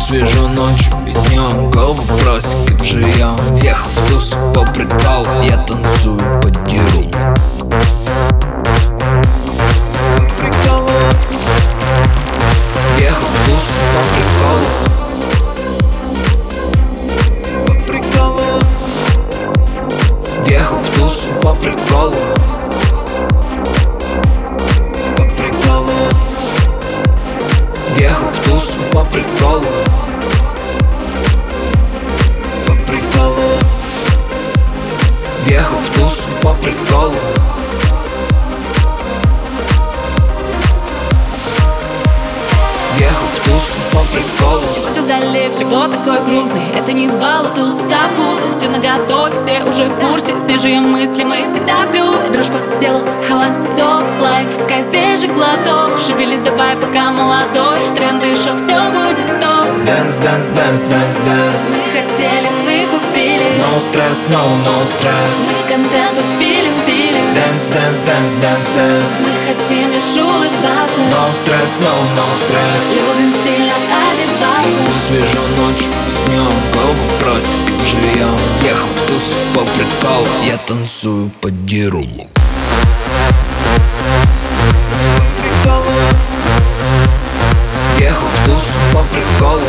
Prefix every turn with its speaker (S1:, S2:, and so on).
S1: свежо ночью и днем Голову брось, как живьем Въехал в тусу по приколу Я танцую по деру Въехал в тусу по приколу По приколу Въехал в тусу по приколу По приколу Въехал в тусу по приколу По приколу Въехал в тусу по приколу Въехал в тусу по приколу
S2: Чего ты залип, чего такой грустный? Это не бал, а туз со вкусом Все наготове, все уже в курсе Свежие мысли, мы всегда в плюсе Дружба, дело, холодок, лайф Кайф, свежий глоток Шевелись, давай, пока молодой Тренд еще все будет то
S1: Dance, dance, dance, dance, dance
S2: Мы хотели, мы купили
S1: No stress, no, no stress
S2: Мы контент пилим, пилим
S1: Dance, dance, dance, dance, dance
S2: Мы хотим лишь улыбаться
S1: No stress, no, no stress
S2: Любим сильно одеваться
S1: Свежо ночью, и днем Голову брось, как живьем Ехал в туз по приколу Я танцую по дереву Ехал в туз по приколу